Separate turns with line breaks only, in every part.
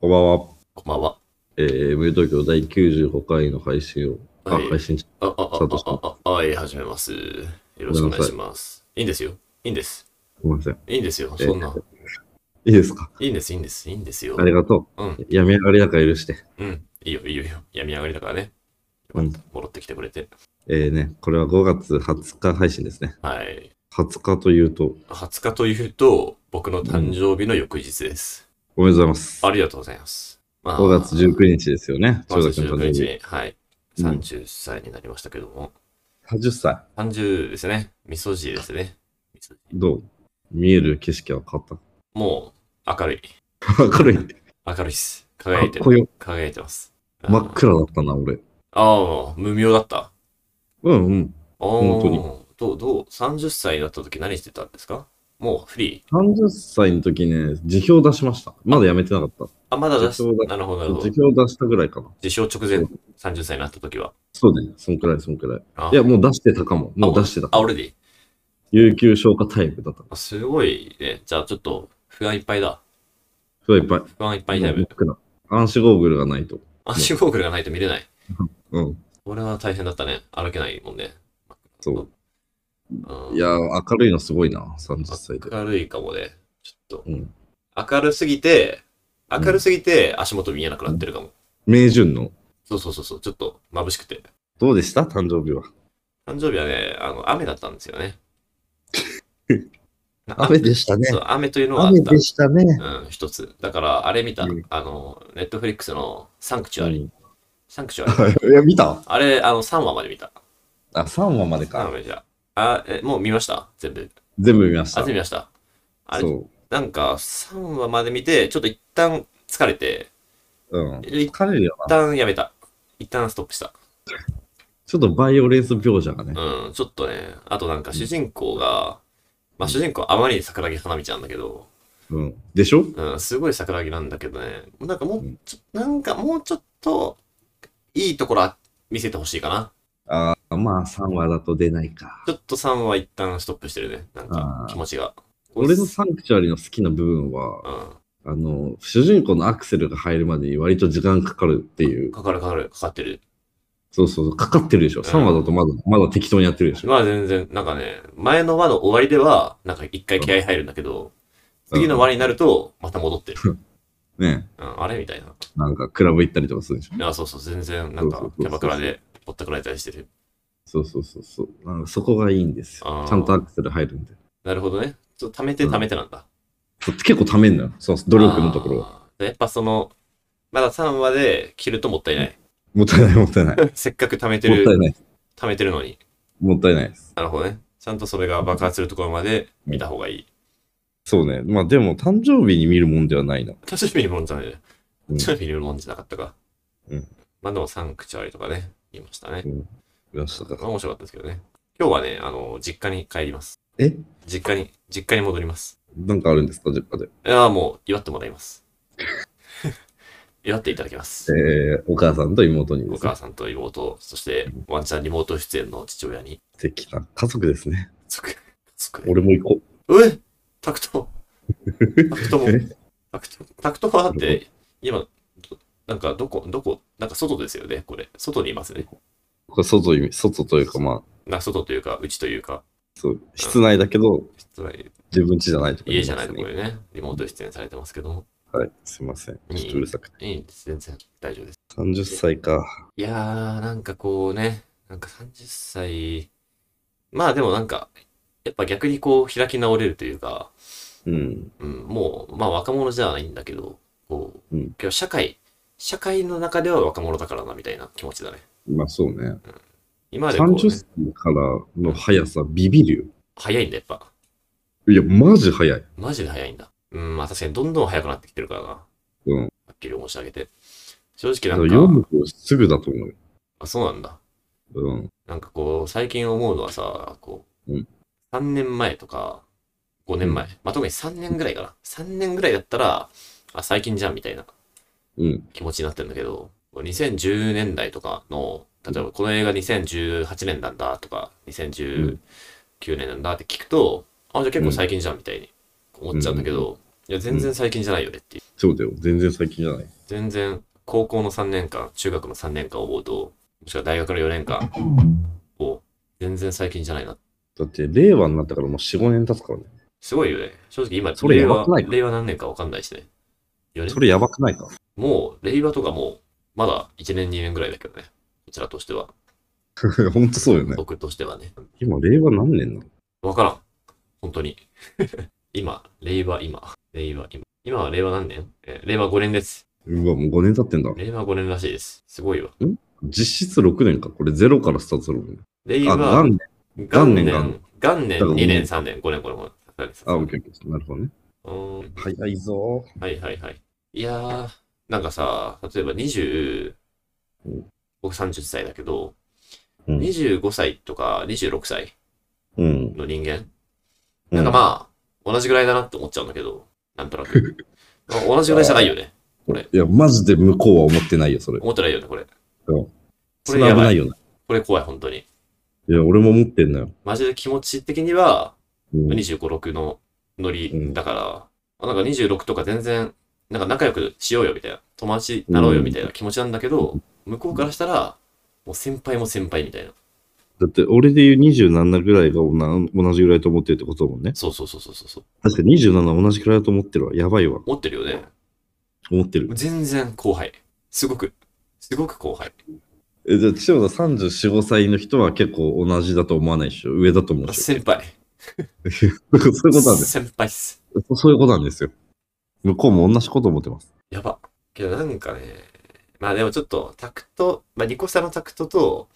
こんばんは。
こんばんは。
えー、無東京第95回の配信を、あ、
はい
配信中、
あ、あ、あ、
佐藤さん
あ、あ、あ、えー、始めます。よろしくお願いします。いいんですよ。いいんです。
ごめんなさい。
いいんですよ。
えー
そんな。
いいですか
いいんです、いいんです、いいんですよ
あ。りがとう。
うん、
やめ上がりだから許して。
うん。いいよ、いいよ、いいよ。病み上がりだからね。
うん。
戻ってきてくれて。
えーね、これは5月20日配信ですね。
はい。
20日というと、
20日というと、僕の誕生日の翌日です。
おめでとうございます。
ありがとうございます。まあ
5月19日ですよね。
5
中
月
学の誕
19日
生日。
に、はい。
うん
30歳になりましたけども。
30歳。
30ですね。みそじですね。みそじ
どう見える景色は変 わっ
もう、明るい。
た。明るい。か
明るいっす。輝いて
っこ
る。
よ。
輝いてます。
真っ暗だったな、俺。
ああ、無名だった。あ
うんうん。
あ、
本当に
どう、どう、30歳になった時何してたんですかもうフリー。
30歳の時ね、辞表出しました。まだ辞めてなかった。
あ、まだ出し
自称だ
なるほど、なるほど
辞。表出したぐらいかな。
自称直前、30歳になった時は。
そうね、そんくらい、そんくらい。
あ
いや、もう出してたかも。もう出してた
あ、。俺でいい
有給消化タイプだった。
あすごいね。じゃあちょっと、不安いっぱいだ。
それはいっぱい。
不安いっぱいタイ
もう
ム
真。っ暗暗視ゴーグルがないと。
アッシュゴーグルがないと見れない。
うん。
これは大変だったね。歩けないもんね。
そう。
うん、
いやー、明るいのすごいな、30歳で。
明るいかもね。ちょっ
うん。
と、明るすぎて、明るすぎて足元見えなくなってるかも。
名順の。
そうそうそうそう、ちょっと眩しくて。
どうでした誕生日は。
誕生日はね、あの雨だったんです よね。な
雨でしたね
そう、雨というのはあっ
雨
た。
でしたね。
うん、一つ。だから、あれ見た、
うん
あの、ネットフリックスのサンクチュアリ、
何
サンクチュアリ。
いや、見た
あれ、あの、3話まで見た。
あ、3話まで
3話
か。
までじゃ。あ、え、もう見ました全部。
全部見ました
あ、全部。見ました。あれ、
そ
なんか、3話まで見て、ちょっと一旦疲れて、
う。うん。
一
疲れるよな。
旦やめた。一旦ストップした。
ちょっとバイオレンス描写がね。
うん、ちょっとね、あとなんか主人公が、まあ主人公はあまりに桜木花道なんだけど、
うん。でしょ
うん、すごい桜木なんだけどね、なんかも
う
うんちょ、なんかもうちょっと、いいところあ見せてほしいかな。
あーまあ、3話だと出ないか。
ちょっと3は一旦ストップしてるね、なんか
あー
気持ちが。
俺のサンクチュアリの好きな部分は、
う
あの、主人公のアクセルが入るまでに割と時間かかるってい
ん、
う。
かかるかかる、かかってる。
そうそう、かかってるでしょ。
ん
3話だとまだ、まだ適当にやってるでしょ。
まあ全然、なんかね、前の輪の終わりでは、なんか一回気合入るんだけど、
うん
次の輪になると、また戻ってる。
ね
うん、あれみたいな。
なんかクラブ行ったりとかするでしょ。
いや、そうそう、全然、なんか
そうそうそうそう
キャバクラでぼったくられたりしてる。
そうそうそうそう。なんかそこがいいんです
あ
よ
ー。
ちゃんとアクセル入るんで。
なるほどね。ちょっと貯めて
うん
貯めてなんだ。
そう結構ためんのよ。そう、努力のところは。
あーやっぱその、まだ3話で切るともったいない。
もったいない、もったいない。もっ
せっかく貯めて
たい
る、
ない。
貯めてるのに。
もったいないです。
なるほどね。ちゃんとそれが爆発するところまで見た方がいい。
そうね。まあでも、誕生日に見るもんではないな。
誕生日に見るもんじゃないね。
うん
誕生日に見るもんじゃなかったか。
うん。
まあでもサンクチュアリとかね、言いましたね。
見ました
ま
か
あ面白かったですけどね。今日はね、あの、実家に帰ります。
え
実家に、実家に戻ります。
なんかあるんですか、実家で。
いやー、もう、祝ってもらいます。 祝っていただきます。
えー、お母さんと妹に
お
ですね
母。さんと妹、そしてワンちゃんリモート出演の父親に。
素敵な家族ですね。
つく、つく。
俺も行こ
うえタクト。タクトも
え。
タクト、タクトはだって、今、どなんかどこ、どこ、なんか外ですよね、これ。外にいますね。
う。これ外に、外というか、まあ、
な外というか、うちというか、
そう、室内だけど、
室内
自分家じゃないとこに
家
ます
じゃ
ね
ないところでね、リモート出演されてますけども。
はい、すいません。ちょっとうるさくて。
いいんです、全然大丈夫です。
30歳か。
いやー、なんかこうね、なんか30歳、まあでもなんか、やっぱ逆にこう開き直れるというか、
うん。
うん、もう、まあ若者じゃないんだけど、こう、
うん
けど社会、社会の中では若者だからな、みたいな気持ちだね。
まあそうね。
今までこう、ね
30、歳からの速さ、ビビる
早いんだ、やっぱ。
よ。いや、マジ速い。
マジで早いんだ。うん、まあ確かにどんどん早くなってきてるからな。は
うん。
っきり申し上げて。正直
だ
な
から
んか、
40すぐだと思うよ。
あ、そうなんだ。
うん。
なんかこう、最近思うのはさ、こう、
うん
3年前とか、5年前、まあ特に3年ぐらいかな。3年ぐらいだったら、あ、最近じゃん、みたいな。
うん。
気持ちになってるんだけど、2010年代とかの、例えばこの映画2018年なんだとか、2019年なんだって聞くと、あ、じゃあ結構最近じゃんみたいに思っちゃうんだけど、いや、全然最近じゃないよねっていう。
そうだよ。全然最近じゃない。
全然高校の3年間、中学の3年間を思うと、もしくは大学の4年間を全然最近じゃないな。
だって、令和になったからもう4、5年経つからね。
すごいよね。正直今、
それ
令
やば
和
くない、か
令和何年かわかんないしね。4
そ
年
れやばくないか
もう、令和とかもう、まだ1年、2年ぐらいだけどね。こちらとしては、
ほんとそうよね。
僕としてはね。
今、令和何年なの
わからん。本当に。 今、令和今。令和今。今は令和何年えー令和5年です。
うわ、もう5年経ってんだ。
令和5年らしいです。すごいわ。
実質6年か。これゼロからスタートするもんね。
令
あ、
和
何年
元年、
元
元
年だ
年、
からもう
2年、3年、5年、これも。
あ、オッケーオッケー。なるほどね。
うーん
早いぞ
はいはいはい。いやー、なんかさ、例えば20
うん、
僕30歳だけど、
うん
25歳とか26歳
ー。うん。
の人間、
う
なんかまあ、同じぐらいだなって思っちゃうんだけど、なんとな く。まあ同じぐらいじゃないよね。これ
いや、マジで向こうは思ってないよ、それ。
思ってないよね、これ。
それ危ないよね。
これ怖い、本当に。
いや、俺も思ってんのよ。
マジで気持ち的には、
うん
25、6のノ
う
リ
ん
だから、なんか26とか全然、なんか仲良くしようよみたいな、友達になろうよみたいな気持ちなんだけど、向こうからしたら、もう先輩も先輩みたいな。
だって、俺で言う27ぐらいがおな同じぐらいと思ってるってことだもんね。
そうそうそうそうそう。
確かに27同じくらいだと思ってるわ。やばいわ。
持ってるよね。
思ってる。
全然後輩。すごく、すごく後輩。
え、じゃあ、千代田34、5歳の人は結構同じだと思わないでしょ。上だと思うでしょ。
先輩。
そういうことなんです。
先輩っす。
そうそういうことなんですよ。向こうも同じこと思ってます。
やば。けどなんかね、まあでもちょっと、タクト、まあ2個差のタクトと、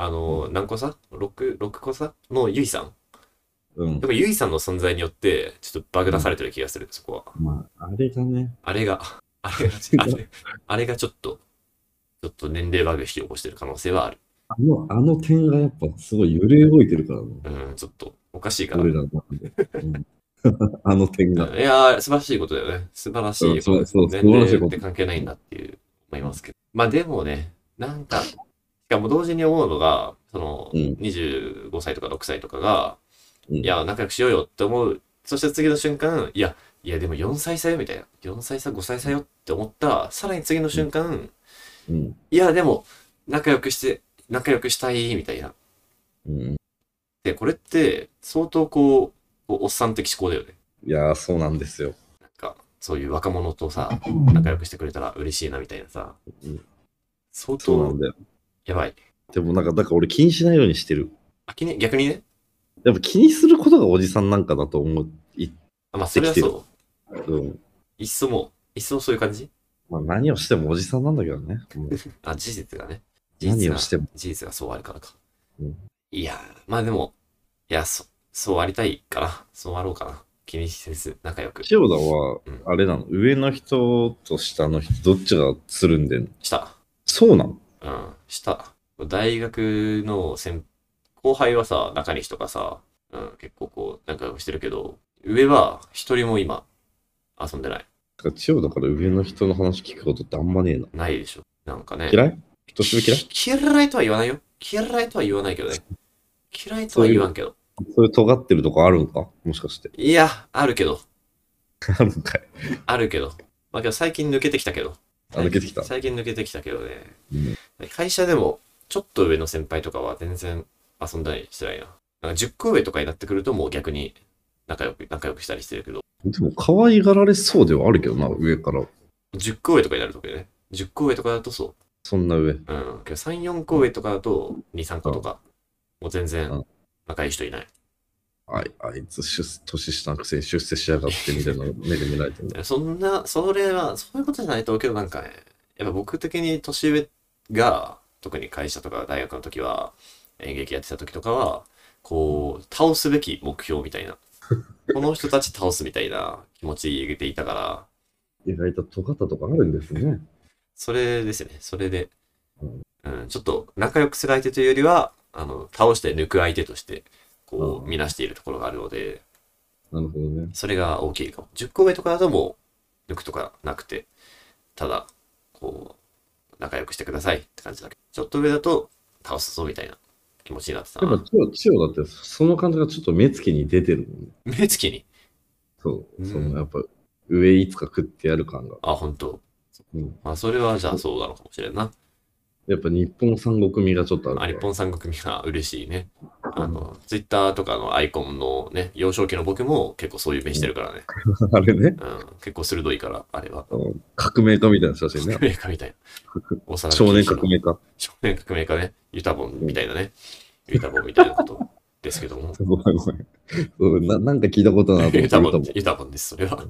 あの、何個差 ?6、6個差のゆいさん。
うん
で。も、ゆいさんの存在によって、ちょっとバグ出されてる気がする、そこは。
まあ、あれがね。
あれが、あれが、 あれあれがちょっと、ちょっと年齢バグ引き起こしてる可能性はある。
あの、あの点がやっぱすごい揺れ動いてるからね。
うん、ちょっと、おかしいから。
俺らの中で。うん あの点が。
いやー、素晴らしいことだよね。素晴らしいことです。
そうそう
年
素晴らしい
齢
こ
っ
と
て関係ないんだっていう、思いますけど。まあでもね、なんか、しかも同時に思うのが、その、
うん
25歳とか6歳とかが、
うん
いや、仲良くしようよって思う。そして次の瞬間、いや、いやでも4歳差よみたいな。4歳差、5歳差よって思ったら、さらに次の瞬間、
うん。
いや、でも、仲良くして、仲良くしたい、みたいな。
うん。
で、これって、相当こう、こうおっさん的思考だよね。
いやー、そうなんですよ。
なんか、そういう若者とさ、仲良くしてくれたら嬉しいな、みたいなさ
うん。
相
そうな
当
ん、だよ。
やばい。
でもなんか、だから俺気にしないようにしてる。
あきね、逆にね。
やっぱ気にすることがおじさんなんかだと思う。い
あまあ、それは
できて
そう。
うん。
いっそもう、いっそそういう感じ
まあ、何をしてもおじさんなんだけどね。もう
あ、事実がね。事
何
実
を
が、
しても。
事実がそうあるからか。
うん
いやー、まあでも、いや、そ、そうありたいかな。そうあろうかな。気にせず、仲良く。
千代田は
うん、
あれなの、上の人と下の人、どっちがつるんでんの
した。
そうなの
うん、した。大学の先、後輩はさ、中西とかさ、うん、結構こう、仲良くしてるけど、上は一人も今、遊んでない。
だから千代田から上の人の話聞くことってあんまねえな。
ないでしょ。なんかね。
嫌い人知る嫌い
き嫌いとは言わないよ。嫌いとは言わないけどね。嫌いとは言わんけど。
そういう尖ってるとこあるんかもしかして。
いや、あるけど。
あるんかい。
あるけど。まあけど最近抜けてきたけど。
あ、抜けてきた。
最近抜けてきたけどね。
うん
会社でも、ちょっと上の先輩とかは全然遊んだりしてないな。なんか10個上とかになってくるともう逆に仲良く、仲良くしたりしてるけど、
でも、可愛がられそうではあるけどな、上から。
10個上とかになるときね。10個上とかだとそ
そんな上。
う。うん。けど3、4個上とかだと2、3個とか。もう全
う
然
ん
仲いい人いない。
あいあいつ出、年下のくせに出世しやがってみたいな目で見られてるんだよ。
そんな、それは、そういうことじゃないと思うけど、なんかね、やっぱ僕的に年上が、特に会社とか大学の時は、演劇やってた時とかは、こう、倒すべき目標みたいな。この人たち倒すみたいな気持ちでいたから、
意外と尖ったとこあるんですね。
それですね、それで
うん、
うん、ちょっと仲良くする相手というよりは、あの、倒して抜く相手として、こ
う
う、
ん
見なしているところがあるので、
なるほどね。
それが大きいかも。10個上とかだともう、抜くとかなくて、ただ、こう、仲良くしてくださいって感じだけど、ちょっと上だと、倒すぞみたいな気持ちになってた
やっ
な
ぱ。千代、千代だって、その感じがちょっと目つきに出てるもんね。
目つきに。
そうう、
ん
そのやっぱ上いつか食ってやる感が。
あ、本当
うん
まあ、それはじゃあそうなのかもしれんな。
やっぱ日本三国味がちょっとあるか
あ、
ら
日本三国が嬉しいね。あの、ツイッターとかのアイコンのね、幼少期の僕も結構そういう目してるからね。
あれね、
うん、結構鋭いから、あれは。
革命家みたいな写真ね
革。命家みたいな。幼き日の
少年革命家。。
少年革命家ね。ユタボンみたいなね。ユタボンみたいなことですけども
ごめんごめんうんな。なんか聞いたこと なと思
ユ
ったけ
タボン
ど
って、ユタボンです、それは。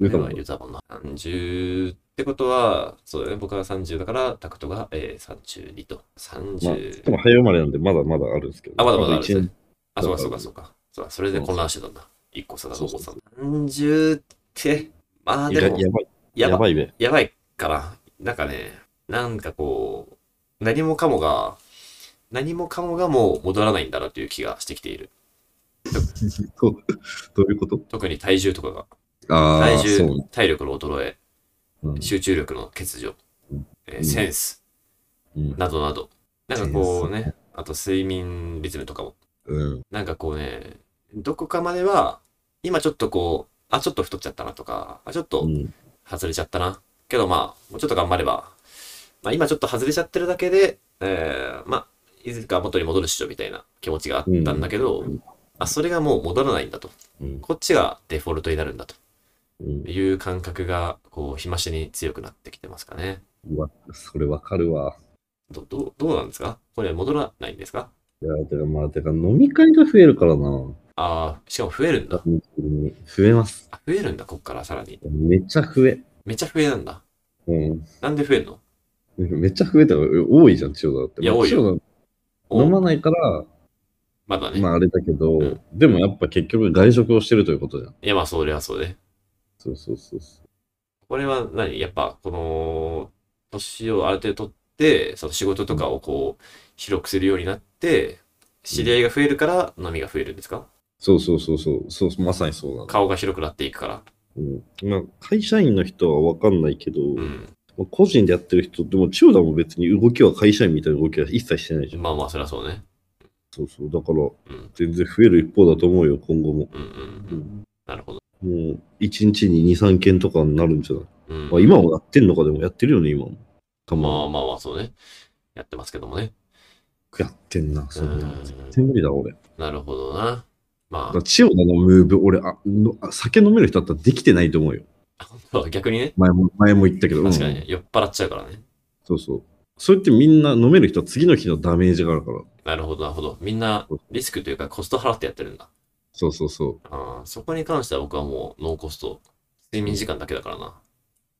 言うた
それ
も
は
ん
ユタボンの30ってことは、そうだね、僕が30だから、タクトが、えー、32と。
まあ、
30。
でも早生まれなんで、まだまだあるんですけど。
あ、まだまだあるん
一
ですね
年。
あ、そうかそうかそうか。そうだそれで混乱してたんだ。一個差が残ったんだ。30って、まあ
いや
で
や
も
ば、い。
や
や
ば
ばいべ。
やばいから、なんかね、なんかこう、何もかもが、何もかもがもう戻らないんだなという気がしてきている。
どうどういうこと
特に体重とかが。
ああ、
体
そう
重、体力の衰え、
ね。
集中力の欠如、
うん
えー
うん
センス
うん。
などなど。なんかこう
センス
ね
ね、
あと睡眠リズムとかも。
うん。
なんかこうね、どこかまでは、今ちょっとこう、あ、ちょっと太っちゃったなとか、あ、ちょっと
うん。
外れちゃったな。けどまあ、もうちょっと頑張れば、まあ今ちょっと外れちゃってるだけで、えー、まあ、いずれか元に戻るっしょみたいな気持ちがあったんだけど、
うん
あ、それがもう戻らないんだと。
うん。
こっちがデフォルトになるんだと
うん
いう感覚が、こう、日増しに強くなってきてますかね。
うわ、それわかるわ。
ど、どう、どうなんですかこれ戻らないんですか
いや、てかまあ、てか飲み会が増えるからな。
ああ、しかも増えるんだ。
本当に増えます。
あ、増えるんだ、こっからさらに。
めっちゃ増え。
めっちゃ増えなんだ。
うん。
なんで増えるの
めっちゃ増えたら多いじゃん、千代田だって。
いや
まあ
多いよ
千代田
お
飲まないから、
まだね。
まああれだけど、
うん
でもやっぱ結局外食をしてるということじゃん。
いや、まあ、そりゃそうね。
そうそうそうそ
これは何やっぱこの年をある程度取ってその仕事とかをこう広くするようになって知り合いが増えるから飲みが増えるんですか
う。そうそうそうそう、そうまさにそうなの。
顔が広くなっていくから。
うんまあ、会社員の人は分かんないけど、
うん。
まあ個人でやってる人、でも千代田も別に動きは会社員みたいな動きは一切してないじゃん。
まあまあそりゃそうね。
そうそう、だから
うん
全然増える一方だと思うよ、今後も。
うんうんうん。なるほど。
もう一日に2、3件とかになるんじゃない、
うん。
まあ、今もやってんのか、でもやってるよね、今も。た
ま
ま
あまあまあそうね。やってますけどもね。
やってんな、そん
う
な。
ん
絶対無理だ、俺。だ
なるほどな。ま
から千代田のムーブ、俺あの、あ酒飲める人だったらできてないと思うよ。
あ逆にね。
前も前も言ったけど、うん
確かにね酔っ払っちゃうからね。
そうそう。そうやってみんな飲める人は次の日のダメージがあるから。
なるほどなるほど。みんなリスクというかコスト払ってやってるんだ。
そうそうそ
あーそこに関しては僕はもうノーコスト。睡眠時間だけだからな。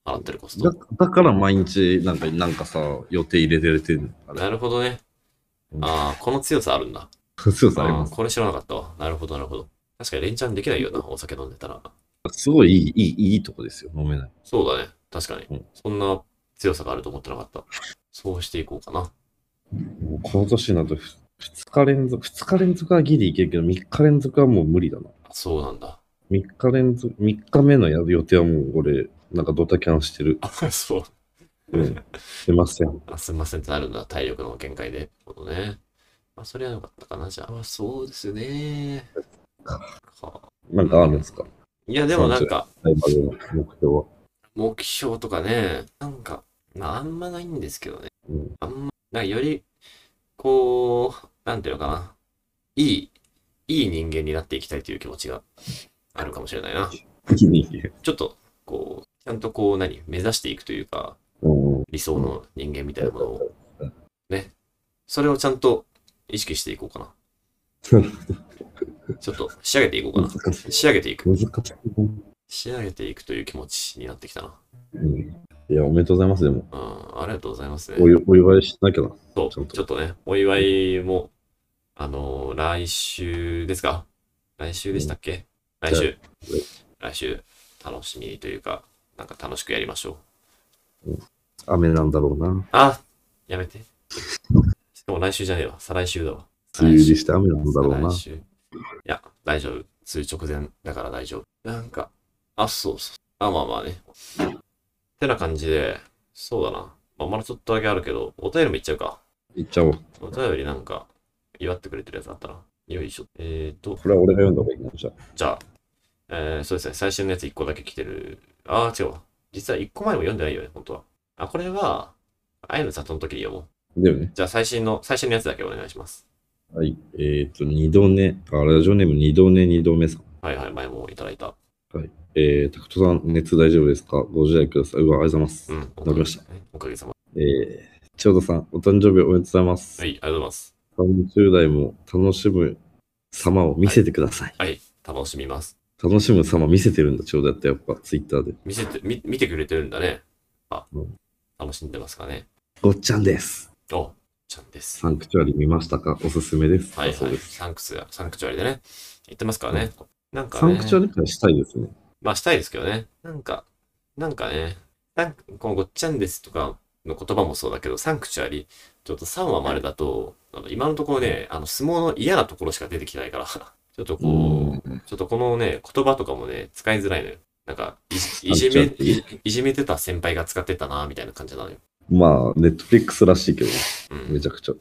払ってるコス
う。だ
ト。
だから毎日なんか、なんかさ、予定入れてれてんの。あれ
なるほどね
う。ん
ああ、この強さあるんだ。
強さあり
あ
ま
ー
す。
これ知らなかったわ。なるほど、なるほど。確かに連チャンできないよな、お酒飲んでたら。
すごいいい、いい、いいとこですよ。飲めない。
そうだね。確か
う
に
ん。
そんな強さがあると思ってなかった。そうしていこうかな。
もうこの年になるとふ2日連続、2日連続はギリいけるけど、3日連続はもう無理だな。
あそうなんだ。
3日連続、3日目のやる予定はもう俺、なんかドタキャンしてる。
あ、 そう。
うん。してません。
あすみませんってなるんだ。体力の限界で。なるほどね。まあ、それは良かったかな。じゃあ、まあそうですね。か
なんかあるんですか
いや、でもなんか、
ライバルの目標は。
目標とかね、なんか、まあ、あんまないんですけどね。
うん。
あんま、なんかより、こう、なんていうのかな。いい、いい人間になっていきたいという気持ちがあるかもしれないな。
気に入る。
ちょっと、こう、ちゃんとこう、何、目指していくというか、
うん。
理想の人間みたいなものを、ね。それをちゃんと意識していこうか な。ちょっと仕上げていこうかな。
難しい。
仕上げていく。
難しい。
仕上げていくという気持ちになってきたな。
うん。いや、おめでとうございます、でも。
うん、ありがとうございますね。
お祝お祝いしなきゃな。
そう、
ちゃんと
ちょっとね、お祝いも、あのー来週ですか来週でしたっけ、
ん
来週
は。
来週、楽しみというか、なんか楽しくやりましょう。
雨なんだろうな。
あやめて。しかも来週じゃねえわ。再来週だわ。
梅雨入りして雨なんだろう
再
な
来。週。いや、大丈夫。梅雨直前だから大丈夫。なんか、あ、そうそう。あ、まあまあね。てな感じで、そうだな。まあ、まだちょっとだけあるけど、お便りもいっちゃうか。
行っちゃおう。
お便りなんか、祝ってくれてるやつあったら。よいしょ。えーと、
これは俺が読んだ方がいいな、じゃあ。
じゃあ、えー、そうですね、最新のやつ1個だけ来てる。あー、違うわ。実は一個前も読んでないよね、本当は。あ、これは、愛の里の時に読もう。
だよね。
じゃあ最新の、最新のやつだけお願いします。
はい。えっ、と、二度寝、あ、ラジオネーム二度寝二度目さん。
はいはい、前もいただいた。
えー、タクトさん、熱大丈夫ですかご自愛ください。うわ、ありがとうございます。
うん。
わかりました。
おかげさま。
えー、千代田さん、お誕生日おめでとうございます。
はい、ありがとうございます。
30代も楽しむ様を見せてください。
はい、楽しみます。
楽しむ様見せてるんだ、千代田って、やっぱ、ツイッターで。
見せて、み見てくれてるんだね。あ
うん、
楽しんでますかね。
ごっちゃんです。
お、ちゃんです。
サンクチュアリ見ましたかおすすめです。
はい
だそ
は
う
い。
です。
サンクスや、サンクチュアリでね。行ってますからね。なんか
サ
ね。
ンクチュアリ会したいですね。
まあしたいですけどね。なんか、なんかね、なんかこのごっちゃんですとかの言葉もそうだけど、サンクチュアリ、ちょっと3話までだと、あの今のところね、あの相撲の嫌なところしか出てきてないから、 ちょっとこう、ちょっとこのね、言葉とかもね、使いづらいのよ。なんか、いじいじめ、
サンクチュアリ
いいじめてた先輩が使ってたな、みたいな感じなのよ。
まあ、ネットフリックスらしいけど、
うん。
めちゃくちゃ。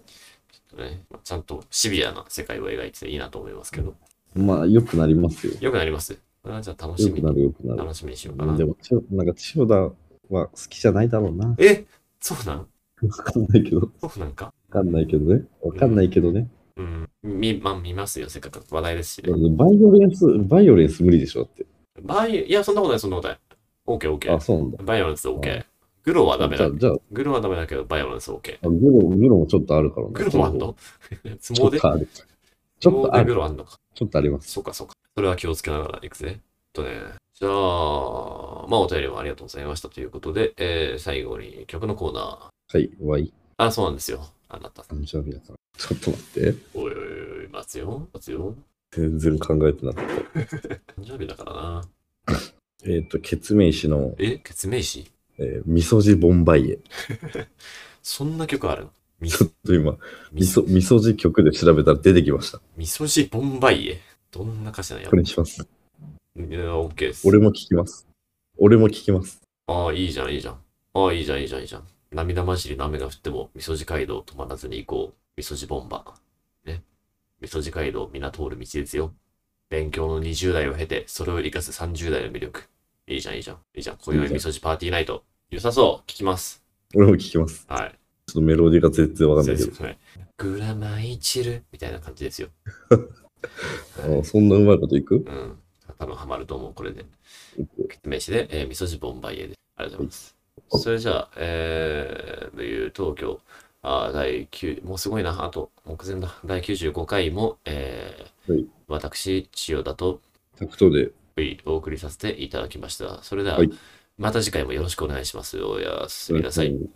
ね、まあちゃんとシビアな世界を描いてていいなと思いますけど、
まあ、良くなりますよ。
よくなります。これはじゃあ楽し
良
み
くな
に、
る、良くなる。
楽しみにしようかな
で。も、千代なんか千代田は好きじゃないだろうな。
えそうなん
わかんないけど。わ
そうなんか
かんないけどね。わかんないけどね。
うん。み、まあ見ますよ、せっかく話題ですし、ね。
バイオレンス、バイオレンス無理でしょだって。
バイ、いや、そんなことない、そんなことない。オーケー、オーケ
あ、
ー。
そうなんだ。
バイオレンス、オーケー。グロはダメ
じゃ
だ
あ、。じゃあ、
グロはダメだけど、バイオレンス、オーケ
あグロ、グロもちょっとあるからね。
ー。グロはあんの
ちょ
相撲
っ
で、
と
相
ある。ちょっ
撲
とあ
でグ
る。
ロあんのか。
ちょっとあります。
そうか、そうか。それは気をつけながらいくぜ。えっとね、じゃあ、まあ、お便りもありがとうございましたということで、えー最後に曲のコーナー。
はい、Y。
あ、そうなんですよ。あなた。
誕生日だから。ちょっと待って。
おいおいおい、待つよ、待つよ。
全然考えてなかった。
誕生日だからな。
えっ、と、ケツメイシの、
え、決明詞
えー、みそじボンバイエ。
そんな曲あるのみ
ちょっと今、み
みそ
そ、みそじ曲で調べたら出てきました。
みそじボンバイエ。どんな歌詞なんや
これにします。
いやオッケーです。
俺も聞きます。俺も聞きます。
ああ、いいじゃん、いいじゃん。ああ、いいじゃん、いいじゃん、いいじゃん。涙まじりの雨が降っても、みそじ街道を止まらずに行こう。みそじボンバー。ね。みそじ街道、皆通る道ですよ。勉強の20代を経て、それを生かす30代の魅力。いいじゃん、いいじゃん。いいじゃん。今宵みそじパーティーナイト。良さそう。聞きます。
俺も聞きます。
はい。
ちょっとメロディーが全然わかんないけど。
はいグラマイチルみたいな感じですよ。
あそんなうまいこといく
うん。多分ハマると思う、これで。名刺で、えー、味噌汁ボンバイエで。ありがとうございます。それじゃあ、えー、という東京、あー第9、もうすごいな、あと、目前だ。第95回も、えー
はい
私、千代田と、
タクトで。
はいお送りさせていただきました。それでは、
はい
また次回もよろしくお願いします。おやすみなさい。
うん